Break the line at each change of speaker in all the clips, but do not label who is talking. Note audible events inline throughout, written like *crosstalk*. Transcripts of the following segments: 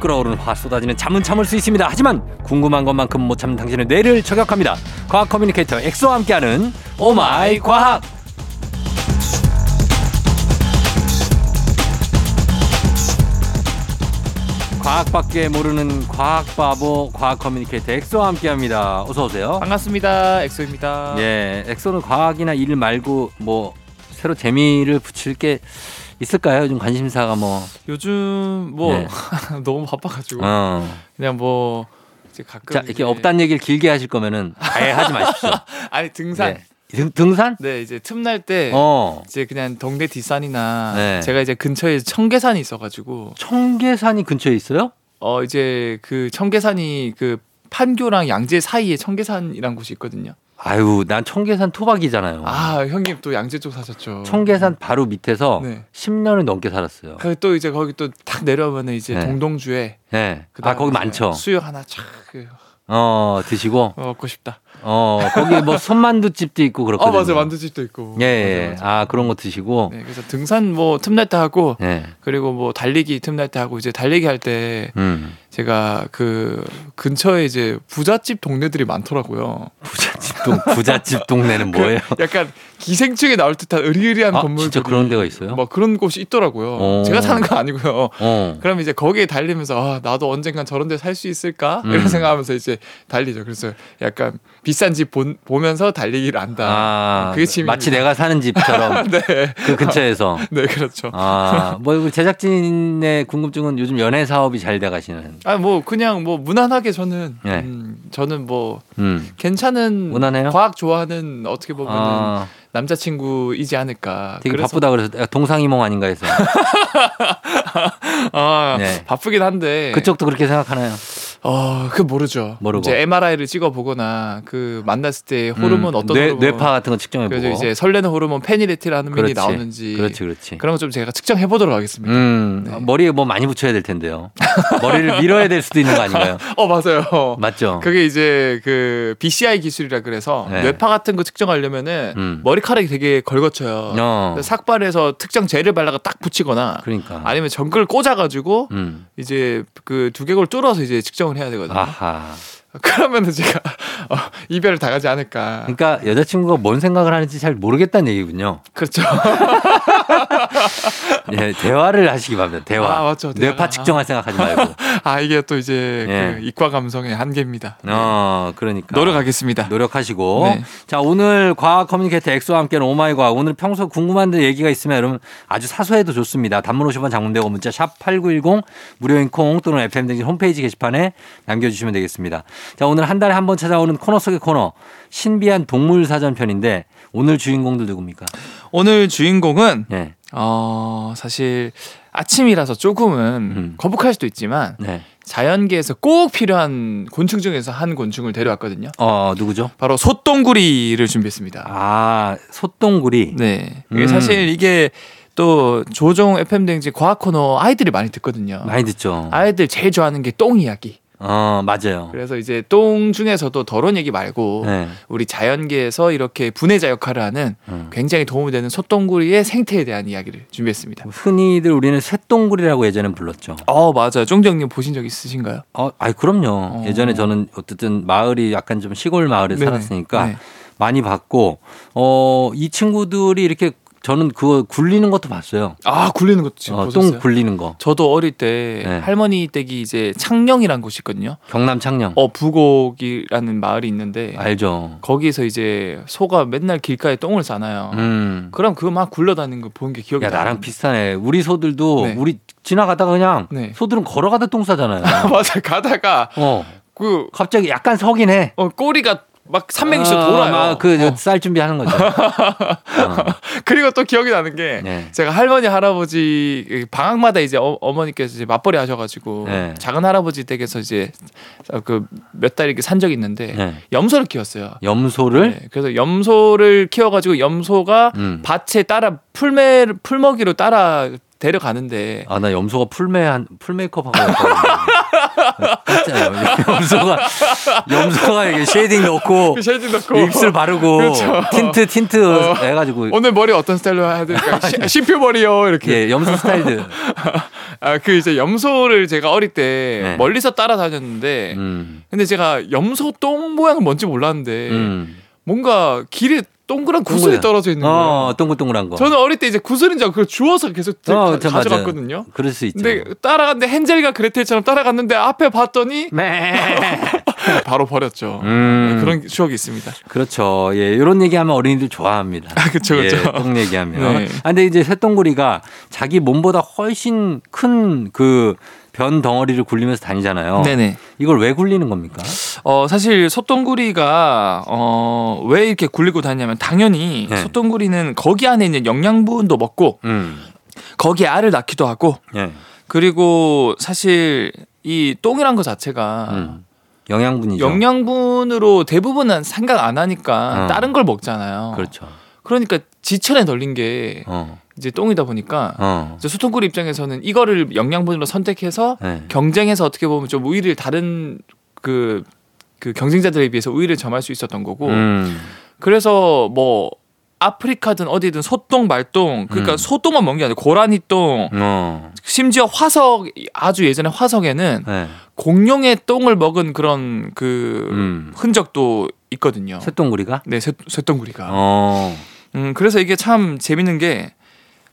끓어오르는 화 쏟아지는 잠은 참을 수 있습니다. 하지만 궁금한 것만큼 못 참는 당신의 뇌를 저격합니다. 과학 커뮤니케이터 엑소와 함께하는 오마이 과학. 과학밖에 모르는 과학 바보 과학 커뮤니케이터 엑소와 함께합니다. 어서 오세요.
반갑습니다. 엑소입니다.
예, 엑소는 과학이나 일 말고 뭐 새로 재미를 붙일 게 있을까요? 요즘 관심사가 뭐.
요즘 뭐
네.
*laughs* 너무 바빠가지고
어.
그냥 뭐 이제 가끔
자,
이제
이렇게 없단 얘기를 길게 하실 거면은 아예 하지 마십시오.
아니 *laughs* 등산
네. 등, 등산?
네 이제 틈날 때
어.
이제 그냥 동대 뒷산이나
네.
제가 이제 근처에 청계산이 있어가지고
청계산이 근처에 있어요?
어 이제 그 청계산이 그 판교랑 양재 사이에 청계산이란 곳이 있거든요.
아유, 난 청계산 토박이잖아요.
아 형님 또 양재 쪽 사셨죠.
어. 청계산 바로 밑에서
네.
10년을 넘게 살았어요.
그또 이제 거기 또 딱 내려오면은 이제
네.
동동주에
네. 아,
그다음에
거기 많죠.
수육 하나 촥
어, 드시고.
먹고 싶다.
어, 거기
*laughs*
뭐 손만두 집도 있고
아
그렇거든요.
맞아 만두집도 있고.
예, 예.
맞아, 맞아.
아, 그런 거 드시고.
네, 그래서 등산 뭐 틈날 때 하고
예.
그리고 뭐 달리기 틈날 때 하고 이제 달리기 할 때
음.
제가 그 근처에 이제 부잣집 동네들이 많더라고요. 그
부잣집 동 부잣집 동네는 뭐예요?
*laughs* 약간 기생충에 나올 듯한 으리으리한
아,
건물
진짜 그런 데가 있어요? 어.
뭐 그런 곳이 있더라고요.
오.
제가 사는 거 아니고요.
어.
그럼 이제 거기에 달리면서 아, 나도 언젠간 저런 데 살 수 있을까?
음.
이런 생각하면서 이제 달리죠. 그래서 약간 비싼 집 본- 보면서 달리기를 안다.
아,
그러니까 그게 취미입니다.
마치 내가 사는 집처럼
*laughs* 네.
그 근처에서.
네, 그렇죠.
아, 뭐 이거 제작진의 궁금증은 요즘 연애 사업이 잘 돼가시는.
아, 뭐 그냥 뭐 무난하게 저는
네.
음, 저는 뭐
음.
괜찮은
무난해요?
과학 좋아하는 어떻게 보면 은
아,
남자친구이지 않을까.
되게
그래서-
바쁘다 그래서 동상이몽 아닌가 해서
아,
네.
바쁘긴 한데.
그쪽도 그렇게 생각하나요?
어, 그 모르죠.
모르고.
이제 MRI를 찍어 보거나 그 만났을 때 호르몬
음,
어떤
뇌,
호르몬
뇌파 같은 거 측정해 보고.
그래서 이제 설레는 호르몬 페니레티라는
그렇지.
이 나오는지
그렇지, 그렇지.
그런 거 좀 제가 측정해 보도록 하겠습니다.
음,
네.
머리에 뭐 많이 붙여야 될 텐데요. 머리를 밀어야 될 수도 있는 거 아닌가요?
*laughs* 어, 맞아요.
맞죠?
그게 이제 그 BCI 기술이라 그래서
네.
뇌파 같은 거 측정하려면은
음.
머리카락이 되게 걸거쳐요.
어,
그래서 삭발해서 특정 젤을 발라가 딱 붙이거나
그러니까.
아니면 정글 꽂아가지고
음.
이제 그 두개골 뚫어서 이제 측정을 해야 되거든요.
아하.
*laughs* 그러면은 제가 *laughs* 어, 이별을
*laughs*
당하지 않을까.
그러니까 여자친구가 뭔 생각을 하는지 잘 모르겠다는 얘기군요.
그렇죠. *laughs*
예, 대화를 하시기 바랍니다. 대화.
아, 맞죠. 대화.
뇌파 측정할 생각하지
*laughs*
말고.
아 이게 또 이제
예.
그 이과 감성의 한계입니다.
어, 그러니까.
네. 노력하겠습니다.
노력하시고.
네.
자, 오늘 과학 커뮤니케이터 엑소와 함께하는 오마이 과학. 오늘 평소 궁금한 데 얘기가 있으면 여러분 아주 사소해도 좋습니다. 단문 50원 장문되고 문자 샵 8910 무료인 콩 또는 FM등진 홈페이지 게시판에 남겨주시면 되겠습니다. 자, 오늘 한 달에 한 번 찾아오는 코너 속의 코너 신비한 동물 사전편인데 오늘 주인공들 누굽니까?
오늘 주인공은
네.
어 사실 아침이라서 조금은
음.
거북할 수도 있지만
네.
자연계에서 꼭 필요한 곤충 중에서 한 곤충을 데려왔거든요.
어, 누구죠?
바로 솥동구리를 준비했습니다.
아, 솥동구리.
네. 이게
음.
사실 이게 또 조종 FM 댕지 과학 코너 아이들이 많이 듣거든요.
많이 듣죠.
아이들 제일 좋아하는 게 똥 이야기.
어, 맞아요.
그래서 이제 똥 중에서도 더러운 얘기 말고
네.
우리 자연계에서 이렇게 분해자 역할을 하는
음.
굉장히 도움이 되는 솥동구리의 생태에 대한 이야기를 준비했습니다.
음. 흔히들 우리는 쇳동굴이라고 예전엔 불렀죠.
어 맞아요. 쫑정님 보신 적 있으신가요?
어, 아이 그럼요.
어.
예전에 저는 어쨌든 마을이 약간 좀 시골 마을에
네네.
살았으니까
네.
많이 봤고 어, 이 친구들이 이렇게 저는 그거 굴리는 것도 봤어요.
아 굴리는 것도 지금
어,
보셨어요?
똥 굴리는 거.
저도 어릴 때
네.
할머니 댁이 이제 창녕이란 곳이 있거든요.
경남 창녕.
어 부곡이라는 마을이 있는데
아, 알죠.
거기서 이제 소가 맨날 길가에 똥을 싸나요.
음.
그럼 그거 막 굴러다니는 거 본 게 기억이
야
어. 나요.
나랑 비슷하네. 우리 소들도
네.
우리 지나가다가 그냥
네.
소들은 걸어가다 똥 싸잖아요.
*laughs* 맞아 가다가
어.
그
갑자기 약간 서긴 해.
어, 꼬리가 막 300씩
어,
돌아요.
막 그,
어.
쌀 준비하는 거죠. 어,
그리고 또 기억이 나는 게
네.
제가 할머니 할아버지 그 방학마다 이제 어, 머니께서 이제 맞벌이 하셔가지고
네. 작은
작은 할아버지 댁에서 이제 그 몇 달 이렇게 산 적이 있는데
네.
염소를 키웠어요.
염소를
네, 그래서 염소를 키워가지고 염소가
음.
밭에 따라 풀매 풀먹이로 따라 데려가는데
아 나 염소가 풀메 한 풀메이크업 하고 왔다. 깜짝이야. 염소가 염소가 이게 쉐이딩 넣고
그 쉐이딩 넣고
립슬 바르고
그렇죠.
틴트 틴트
어.
해가지고
*laughs* 오늘 머리 어떤 네. 스타일로
*laughs*
해야 될까? 심표 머리요 이렇게.
예 염소 스타일드.
아 그 이제 염소를 제가 어릴 때
네.
멀리서 따라다녔는데
음.
근데 제가 염소 똥 모양은 뭔지 몰랐는데
음.
뭔가 길에 동그란
동그래.
구슬이 떨어져 있는 거예요.
어 동글동글한 거.
저는 어릴 때 이제 구슬인 줄 알고 그걸 주워서 계속 들-
어,
가,
저
져
맞아요.
갔거든요
그럴 수 있죠.
근데 따라갔는데 헨젤과 그레텔처럼 따라갔는데 앞에
*laughs*
봤더니 *laughs*
네.
바로 버렸죠.
음.
네, 그런 추억이 있습니다.
그렇죠. 예, 이런 얘기하면 어린이들 좋아합니다.
그쵸, 그쵸.
예, 똥 얘기하면.
네.
아, 근데 이제 새똥구리가 자기 몸보다 훨씬 큰 그 변 덩어리를 굴리면서 다니잖아요.
네네.
이걸 왜 굴리는 겁니까?
어 사실 소똥구리가 어 왜 이렇게 굴리고 다니냐면 당연히
네.
소똥구리는 거기 안에 있는 영양분도 먹고
음.
거기 알을 낳기도 하고
예.
그리고 사실 이 똥이란 거 자체가
음. 영양분이죠.
영양분으로 대부분은 생각 안 하니까
어.
다른 걸 먹잖아요.
그렇죠.
러니까 지천에 널린 게
어.
이제 똥이다 보니까
어.
이제 소통구리 입장에서는 이거를 영양분으로 선택해서
예.
경쟁에서 어떻게 보면 좀 우위를 다른 그, 그 경쟁자들에 비해서 우위를 점할 수 있었던 거고
음.
그래서 뭐 아프리카든 어디든 소똥 말똥 그러니까
음.
소똥만 먹는 게 아니라 고라니똥
어.
심지어 화석 아주 예전에 화석에는
예.
공룡의 똥을 먹은 그런 그
음.
흔적도 있거든요.
새똥구리가?
네, 쇠, 쇠똥구리가.
어.
음, 그래서 이게 참 재밌는 게,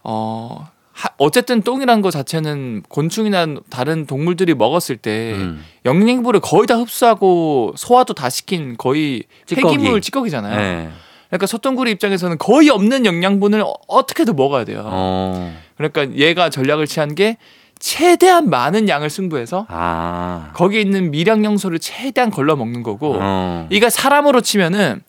어, 하- 어쨌든 똥이란 거 자체는 곤충이나 다른 동물들이 먹었을 때
음.
영양분을 거의 다 흡수하고 소화도 다 시킨 거의
찌꺼기.
폐기물 찌꺼기잖아요.
예.
그러니까 소똥구리 입장에서는 거의 없는 영양분을 어- 어떻게든 먹어야 돼요.
어.
그러니까 얘가 전략을 취한 게 최대한 많은 양을 승부해서
아.
거기에 있는 미량 영소를 최대한 걸러 먹는 거고
어.
그 이가 사람으로 치면은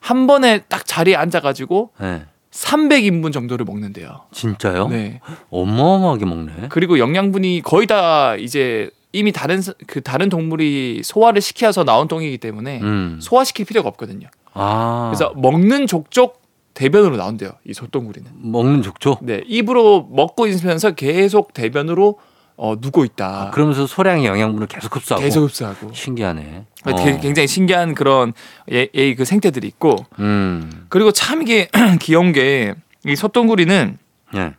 한 번에 딱 자리에 앉아가지고
예.
300인분 정도를 먹는데요.
진짜요?
네.
어마어마하게 먹네.
그리고 영양분이 거의 다 이제 이미 다른 사- 그 다른 동물이 소화를 시켜서 나온 똥이기 때문에
음.
소화시킬 필요가 없거든요.
아.
그 그래서 먹는 족족 대변으로 나온대요. 이 소똥구리는.
먹는 족족.
네. 입으로 먹고 있으면서 계속 대변으로 어, 누고 있다.
아, 그러면서 소량의 영양분을 계속 흡수하고.
계속 아, 흡수하고.
신기하네.
되게
어.
굉장히 신기한 그런 예, 예, 그 생태들이 있고
음.
그리고 참 이게 *clears throat* 귀여운 게 이 소똥구리는
예.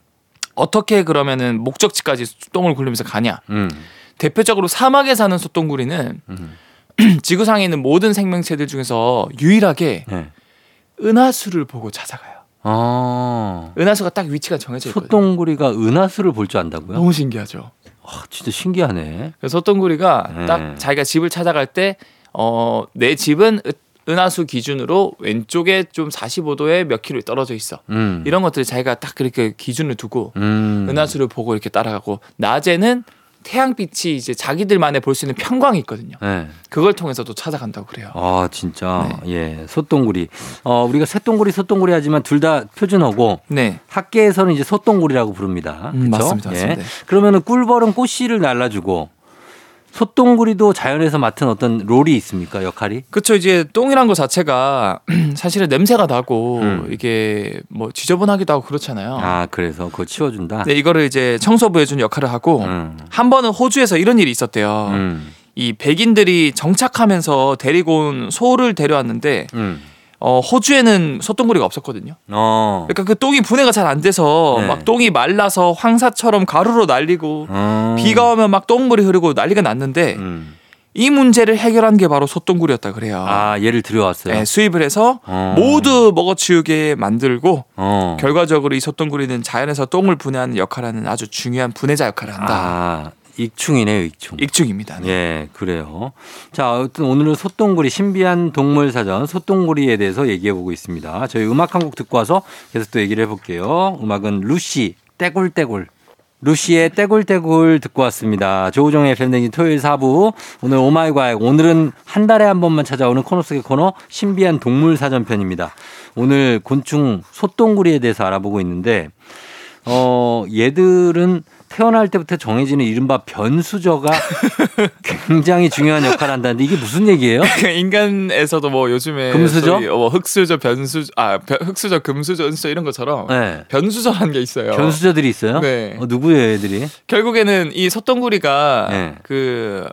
어떻게 그러면은 목적지까지 똥을 굴리면서 가냐?
음.
대표적으로 사막에 사는 소똥구리는 *clears throat*
음.
지구상에 있는 모든 생명체들 중에서 유일하게
예.
은하수를 보고 찾아가요.
아.
은하수가 딱 위치가 정해져 음. 있거든요.
소똥구리가 은하수를 볼 줄 안다고요?
너무 신기하죠.
와, 진짜 신기하네.
그래서 소똥구리가
네.
딱 자기가 집을 찾아갈 때 어 내 집은 으- 은하수 기준으로 왼쪽에 좀 45도에 몇 킬로 떨어져 있어.
음.
이런 것들을 자기가 딱 그렇게 기준을 두고
음.
은하수를 보고 이렇게 따라가고 낮에는 태양빛이 이제 자기들만의 볼 수 있는 편광이 있거든요.
예.
그걸 통해서도 찾아간다고 그래요.
아, 진짜.
네.
예. 소똥구리. 어, 우리가 새똥구리, 소똥구리 하지만 둘 다 표준어고
네.
학계에서는 이제 소똥구리라고 부릅니다.
음,
그렇죠?
맞습니다.
예.
맞습니다.
그러면은 꿀벌은 꽃씨를 날라주고 소똥구리도 자연에서 맡은 어떤 롤이 있습니까? 역할이?
그쵸 이제 똥이란 거 자체가 *clears throat* 사실은 냄새가 나고
음.
이게 뭐 지저분하기도 하고 그렇잖아요.
아, 그래서 그거 치워준다.
근데 이거를 이제 청소부해 준 역할을 하고
음.
한 번은 호주에서 이런 일이 있었대요.
음.
이 백인들이 정착하면서 데리고 온 소를 데려왔는데
음.
어, 호주에는 소똥구리가 없었거든요.
어.
그러니까 그 똥이 분해가 잘 안 돼서
네.
막 똥이 말라서 황사처럼 가루로
어.
날리고 그러니까 비가 오면 막 똥물이 흐르고 난리가 났는데
음.
이 문제를 해결한 게 바로 소똥구리였다 그래요.
아, 얘를 들여왔어요.
네, 수입을 해서
어.
모두 먹어치우게 만들고
어.
결과적으로 이 소똥구리는 자연에서 똥을 분해하는 역할하는 아주 중요한 분해자 역할을 한다.
아, 익충이네요, 익충.
익충입니다. 네.
예, 그래요. 자, 어쨌든 오늘은 소똥구리 신비한 동물 사전 소똥구리에 대해서 얘기해 보고 있습니다. 저희 음악 한 곡 듣고 와서 계속 또 얘기를 해 볼게요. 음악은 루시 떼굴떼굴. 루시의 떼굴떼굴 듣고 왔습니다. 조우종의 팬데믹 토요일 4부. 오늘 오마이과의 오늘은 한 달에 한 번만 찾아오는 코너 속의 코너 신비한 동물 사전편입니다. 오늘 곤충 소똥구리에 대해서 알아보고 있는데 어, 얘들은 태어날 때부터 정해지는 이른바 변수저가 굉장히 중요한 역할을 한다는데 이게 무슨 얘기예요?
*laughs* 그 인간에서도 뭐 요즘에
금수저?
소위 뭐 흑수저, 변수, 아 변- 흑수저, 금수저, 은수저 이런 것처럼
네.
변수저라는 게 있어요.
변수저들이 있어요?
네.
어, 누구예요, 애들이?
결국에는 이 소똥구리가
네.
그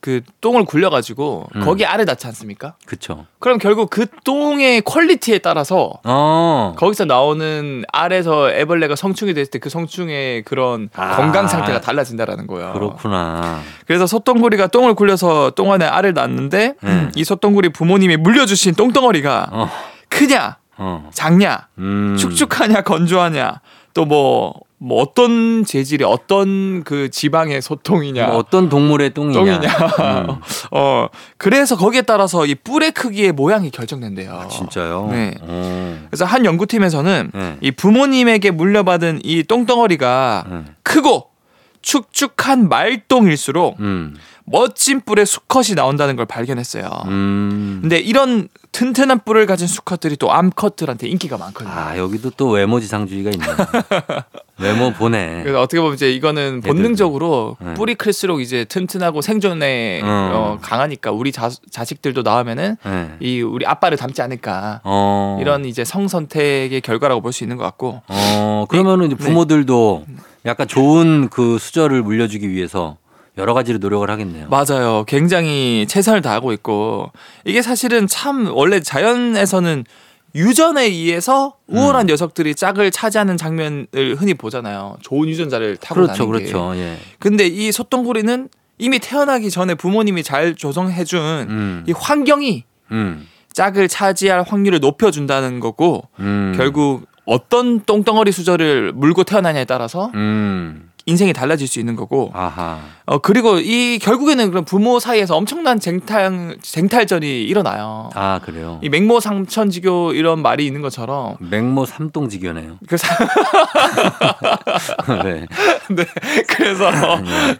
그 똥을 굴려가지고
음.
거기 알을 낳지 않습니까?
그쵸.
그럼 결국 그 똥의 퀄리티에 따라서
어.
거기서 나오는 알에서 애벌레가 성충이 됐을 때 그 성충의 그런
아.
건강 상태가 달라진다라는 거예요.
그렇구나.
그래서 소똥구리가 똥을 굴려서 똥 안에 알을 낳는데
음.
이 소똥구리 부모님이 물려주신 똥덩어리가
어.
크냐,
어.
작냐,
음.
축축하냐, 건조하냐, 또 뭐 뭐 어떤 재질의 어떤 그 지방의 소똥이냐,
뭐 어떤 동물의 똥이냐.
똥이냐.
음.
어 그래서 거기에 따라서 이 뿔의 크기의 모양이 결정된대요.
아, 진짜요?
네.
어.
그래서 한 연구팀에서는
네.
이 부모님에게 물려받은 이 똥덩어리가
음.
크고 축축한 말똥일수록
음.
멋진 뿔의 수컷이 나온다는 걸 발견했어요.
음.
근데 이런 튼튼한 뿔을 가진 수컷들이 또 암컷들한테 인기가 많거든요.
아, 여기도 또 외모 지상주의가
*laughs*
있네. 외모 보네.
그래서 어떻게 보면 이제 이거는 본능적으로
네.
뿔이 클수록 이제 튼튼하고 생존에
음.
어, 강하니까 우리 자, 식들도 낳으면은
네.
그 이 우리 아빠를 닮지 않을까
어.
이런 이제 성 선택의 결과라고 볼 수 있는 것 같고
어, 그러면은 이제
네.
부모들도 약간 좋은 그 수저를 물려주기 위해서 여러 가지로 노력을
뭐
하겠네요.
맞아요. 굉장히 최선을 다하고 있고 이게 사실은 참 원래 자연에서는 유전에 의해서
음.
우월한 녀석들이 짝을 차지하는 장면을 흔히 보잖아요. 좋은 유전자를 타고
그렇죠,
나는 게.
그렇죠. 예.
근데 이 소똥구리는 이미 태어나기 전에 부모님이 잘 조성해준
음.
이 환경이
음.
짝을 차지할 확률을 높여준다는 거고
음.
결국 어떤 똥덩어리 수저를 물고 태어나냐에 따라서
음.
인생이 달라질 수 있는 거고
아하.
어 그리고 이 결국에는 그런 부모 사이에서 엄청난 쟁탈 쟁탈전이 일어나요.
아, 그래요.
이 맹모 삼천지교 이런 말이 있는 것처럼 *laughs*
맹모 삼동지교네요.
그 사-
*laughs* 네.
네,
*laughs*
그래서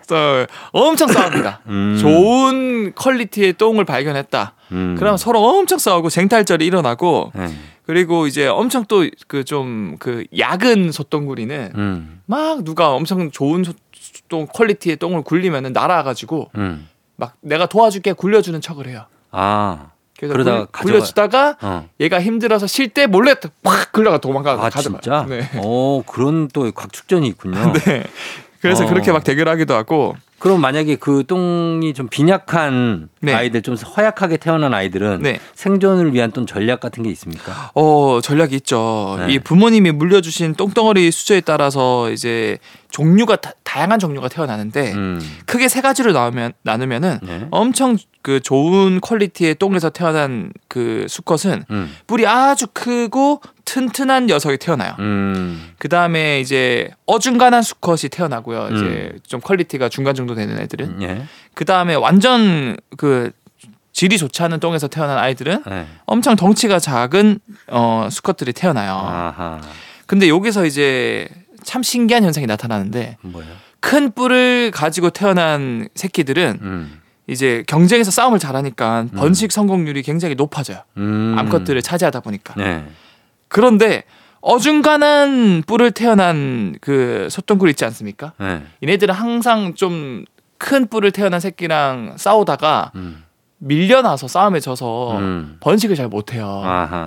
저 엄청 싸웁니다.
음.
좋은 퀄리티의 똥을 발견했다.
음.
그럼 서로 엄청 싸우고 쟁탈전이 일어나고
네.
그리고 이제 엄청 또 그 좀 그 야근 소똥구리는
음.
막 누가 엄청 좋은 소- 똥 퀄리티의 똥을 굴리면은 날아가지고
음.
막 내가 도와줄게 굴려주는 척을 해요.
아.
그래서
그러다가
굴-
가져가요.
굴려주다가
어.
얘가 힘들어서 쉴 때 몰래 또 팍 굴러가 아, 도망가
아,
가져가.
진짜?
네. *laughs*
오, 그런 또 곽축전이 있군요.
네. 그래서
어.
그렇게 막 대결하기도 하고
그럼 만약에 그 똥이 좀 빈약한
네.
아이들, 좀 허약하게 태어난 아이들은
네.
생존을 위한 또 전략 같은 게 있습니까?
어 전략이 있죠.
네.
이 부모님이 물려주신 똥덩어리 수저에 따라서 이제 종류가 다, 다양한 종류가 태어나는데
음.
크게 세 가지로 나누면 나누면은
네.
엄청 그 좋은 퀄리티의 똥에서 태어난 그 수컷은
음.
뿔이 아주 크고 튼튼한 녀석이 태어나요.
음.
그 다음에 이제 어중간한 수컷이 태어나고요. 이제
음.
좀 퀄리티가 중간 정도 되는 애들은
예.
그 다음에 완전 그 질이 좋지 않은 똥에서 태어난 아이들은
네.
엄청 덩치가 작은 어, 수컷들이 태어나요.
아하.
근데 여기서 이제 참 신기한 현상이 나타나는데
뭐예요?
큰 뿔을 가지고 태어난 새끼들은
음.
이제 경쟁에서 싸움을 잘하니까 번식 성공률이 굉장히 높아져요.
음.
암컷들을 차지하다 보니까.
네.
그런데 어중간한 뿔을 태어난 그 소똥굴 있지 않습니까?
네.
얘네들은 항상 좀 큰 뿔을 태어난 새끼랑 싸우다가
음.
밀려나서 싸움에 져서
음.
번식을 잘 못해요.
아하.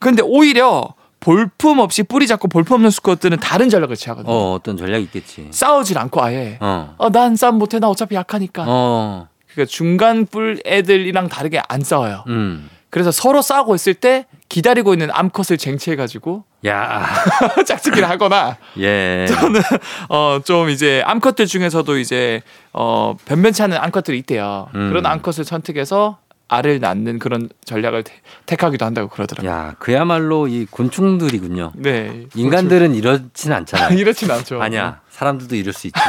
근데 오히려 볼품 없이 뿌리 잡고 볼품 없는 수컷들은 다른 전략을 취하거든요.
어, 어떤 전략이 있겠지.
싸우질 않고 아예
어.
어, 난 싸움 못해 나 어차피 약하니까.
어.
그러니까 중간 뿔 애들이랑 다르게 안 싸워요.
음.
그래서 서로 싸우고 있을 때 기다리고 있는 암컷을 쟁취해가지고 *laughs*
야.
짝짓기를 하거나
예.
어 좀 이제 암컷들 중에서도 이제 어 변변치 않은 암컷들이 있대요.
음.
그런 암컷을 선택해서 알을 낳는 그런 전략을 태- 택하기도 한다고 그러더라고요.
야, 그야말로 이 곤충들이군요.
네. 그렇죠.
인간들은 이렇진 않잖아.
이렇진 않죠. *laughs* 그러니까.
아니야. 사람들도 이럴 수 있지.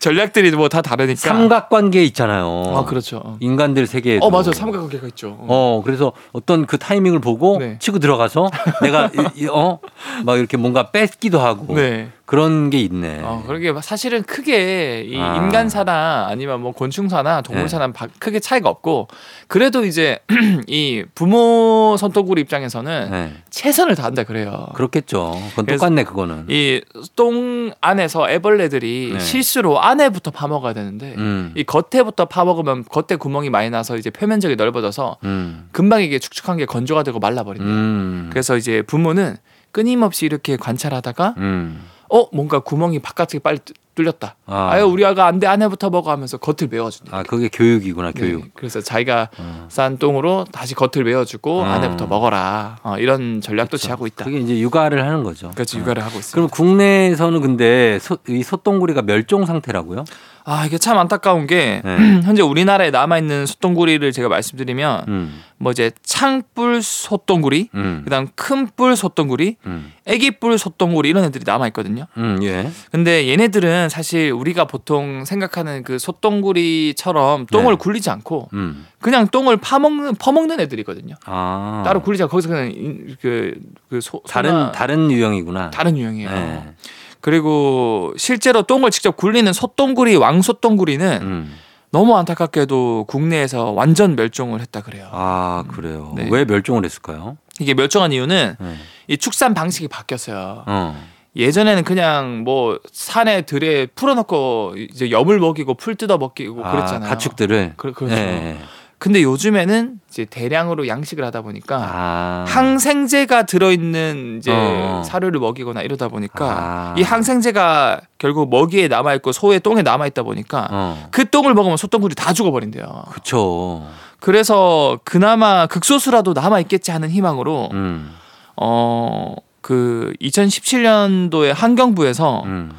전략들이 뭐 다 다르니까.
삼각관계 있잖아요.
아 그렇죠.
인간들 세계에.
어 맞아 삼각관계가 있죠. 어.
어, 그래서 어떤 그 타이밍을 보고
네.
치고 들어가서 내가 이- 이- 어? 막 이렇게 뭔가 뺏기도 하고
네.
그런 게 있네.
어 그런 게 사실은 크게 이
아. 네.
인간사나 아니면 뭐 곤충사나 동물사나 바- 크게 차이가 없고 그래도 이제 *clears throat* 이 부모 선토구리 입장에서는
네.
최선을 다한다 그래요.
그렇겠죠. 그건
그래서-
똑같네 그거는.
이 똥 안에서 애벌레들이
네.
실수로 안에부터 파먹어야 되는데
음.
이 겉에부터 파먹으면 겉에 구멍이 많이 나서 이제 표면적이 넓어져서
음.
금방 이게 축축한 게 건조가 되고 말라버린다.
음.
그래서 이제 부모는 끊임없이 이렇게 관찰하다가
음.
어 뭔가 구멍이 바깥에 빨리 뚫- 뚫렸다.
아.
아. 유 우리 아가 안돼 아내부터 먹어 하면서 겉을 메워준다.
아 그게 교육이구나
네.
교육. 어.
그래서 자기가 싼 똥으로 다시 겉을 메워주고
음.
아내부터 먹어라 어, 이런 전략도 취하고 있다.
그게 이제 육아를 하는 거죠.
그렇지
어.
육아를 하고 있습니다.
그럼 국내에서는 근데 소, 이 소똥구리가 멸종 상태라고요?
아 이게 참 안타까운 게
네.
*clears throat* 현재 우리나라에 남아 있는 소똥구리를 제가 말씀드리면
음,
뭐 이제 창뿔 소똥구리,
음,
그다음 큰뿔 소똥구리,
음,
애기뿔 소똥구리 이런 애들이 남아 있거든요.
음, 예.
근데 얘네들은 사실 우리가 보통 생각하는 그 소똥구리처럼 똥을
네.
굴리지 않고
음.
그냥 똥을 파먹는 퍼먹는 애들이거든요.
아.
따로 굴리지 않고 거기서 그냥 인- 그, 그 소,
다른
소나
다른 유형이구나.
다른 유형이에요.
네.
그리고 실제로 똥을 직접 굴리는 소똥구리 왕소똥구리는
음.
너무 안타깝게도 국내에서 완전 멸종을 했다 그래요.
아 그래요.
네.
왜 멸종을 했을까요?
이게 멸종한 이유는
네.
이 축산 방식이 바뀌었어요.
어.
예전에는 그냥 뭐 산에 들에 풀어놓고 이제 염을 먹이고 풀 뜯어 먹이고 뭐 그랬잖아요.
아, 가축들을.
그, 그렇죠.
예, 예.
근데 요즘에는 이제 대량으로 양식을 하다 보니까
아.
항생제가 들어있는 이제
어.
사료를 먹이거나 이러다 보니까
아.
이 항생제가 결국 먹이에 남아 있고 소의 똥에 남아 있다 보니까
어.
그 똥을 먹으면 소똥굴이 다 죽어버린대요.
그쵸.
그래서 그나마 극소수라도 남아 있겠지 하는 희망으로
음.
어. 그 2017년도에 환경부에서
음.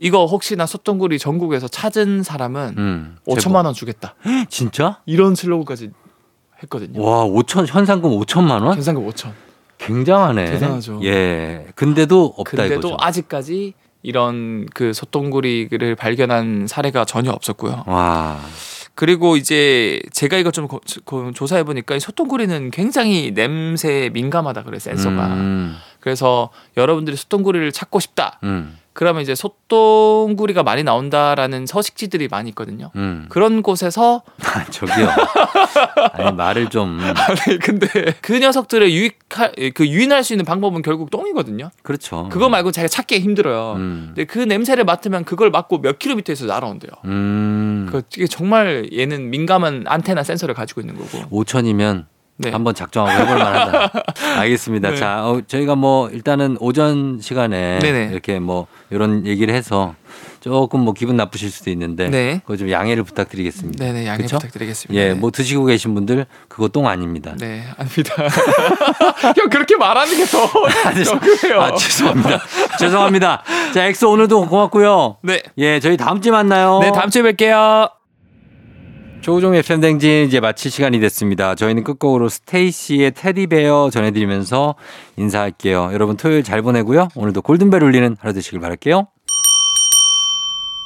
이거 혹시나 소똥구리 전국에서 찾은 사람은
음.
5천만 원 주겠다
제보. 진짜?
이런 슬로건까지 했거든요.
와, 5천 현상금 5천만 원?
계산금 5천.
굉장하네.
대단하죠.
예. 근데도 없다
근데도
이거죠.
아직까지 이런 그 소똥구리를 발견한 사례가 전혀 없었고요.
와.
그리고 이제 제가 이것 좀 조사해 보니까 이 소똥구리는 굉장히 냄새에 민감하다 그래 센서가.
음.
그래서 여러분들이 소똥구리를 찾고 싶다.
음.
그러면 이제 소똥구리가 많이 나온다라는 서식지들이 많이 있거든요.
음. *laughs*
그런 곳에서 *laughs*
아, 저기요. 아니, 말을 좀.
아니 근데 그 녀석들을 유익할 그 유인할 수 있는 방법은 결국 똥이거든요.
그렇죠.
그거 말고 자기가 찾기 힘들어요.
음.
근데 그 냄새를 맡으면 그걸 맡고 몇 킬로미터에서 날아온대요.
음.
그 이게 정말 얘는 민감한 안테나 센서를 가지고 있는 거고.
5천이면
네.
한번 작정하고 해볼
*laughs*
만하다. 알겠습니다.
네.
자, 어, 저희가 뭐 일단은 오전 시간에
네네.
이렇게 뭐 이런 얘기를 해서 조금 뭐 기분 나쁘실 수도 있는데
네.
그거 좀 양해를 부탁드리겠습니다.
네네 양해
그쵸?
부탁드리겠습니다.
예, 뭐 드시고 계신 분들 그거 똥 아닙니다.
네 아닙니다. *laughs* 형 그렇게 말하는 게더 적해요.
*laughs* 아, 죄송합니다. *laughs* 죄송합니다. 자, 엑소 오늘도 고맙고요.
네.
예, 저희 다음 주에 만나요.
네 다음 주에 뵐게요.
조우종 FM 댕진 이제 마칠 시간이 됐습니다. 저희는 끝곡으로 스테이시의 테디베어 전해드리면서 인사할게요. 여러분 토요일 잘 보내고요. 오늘도 골든벨 울리는 하루 되시길 바랄게요.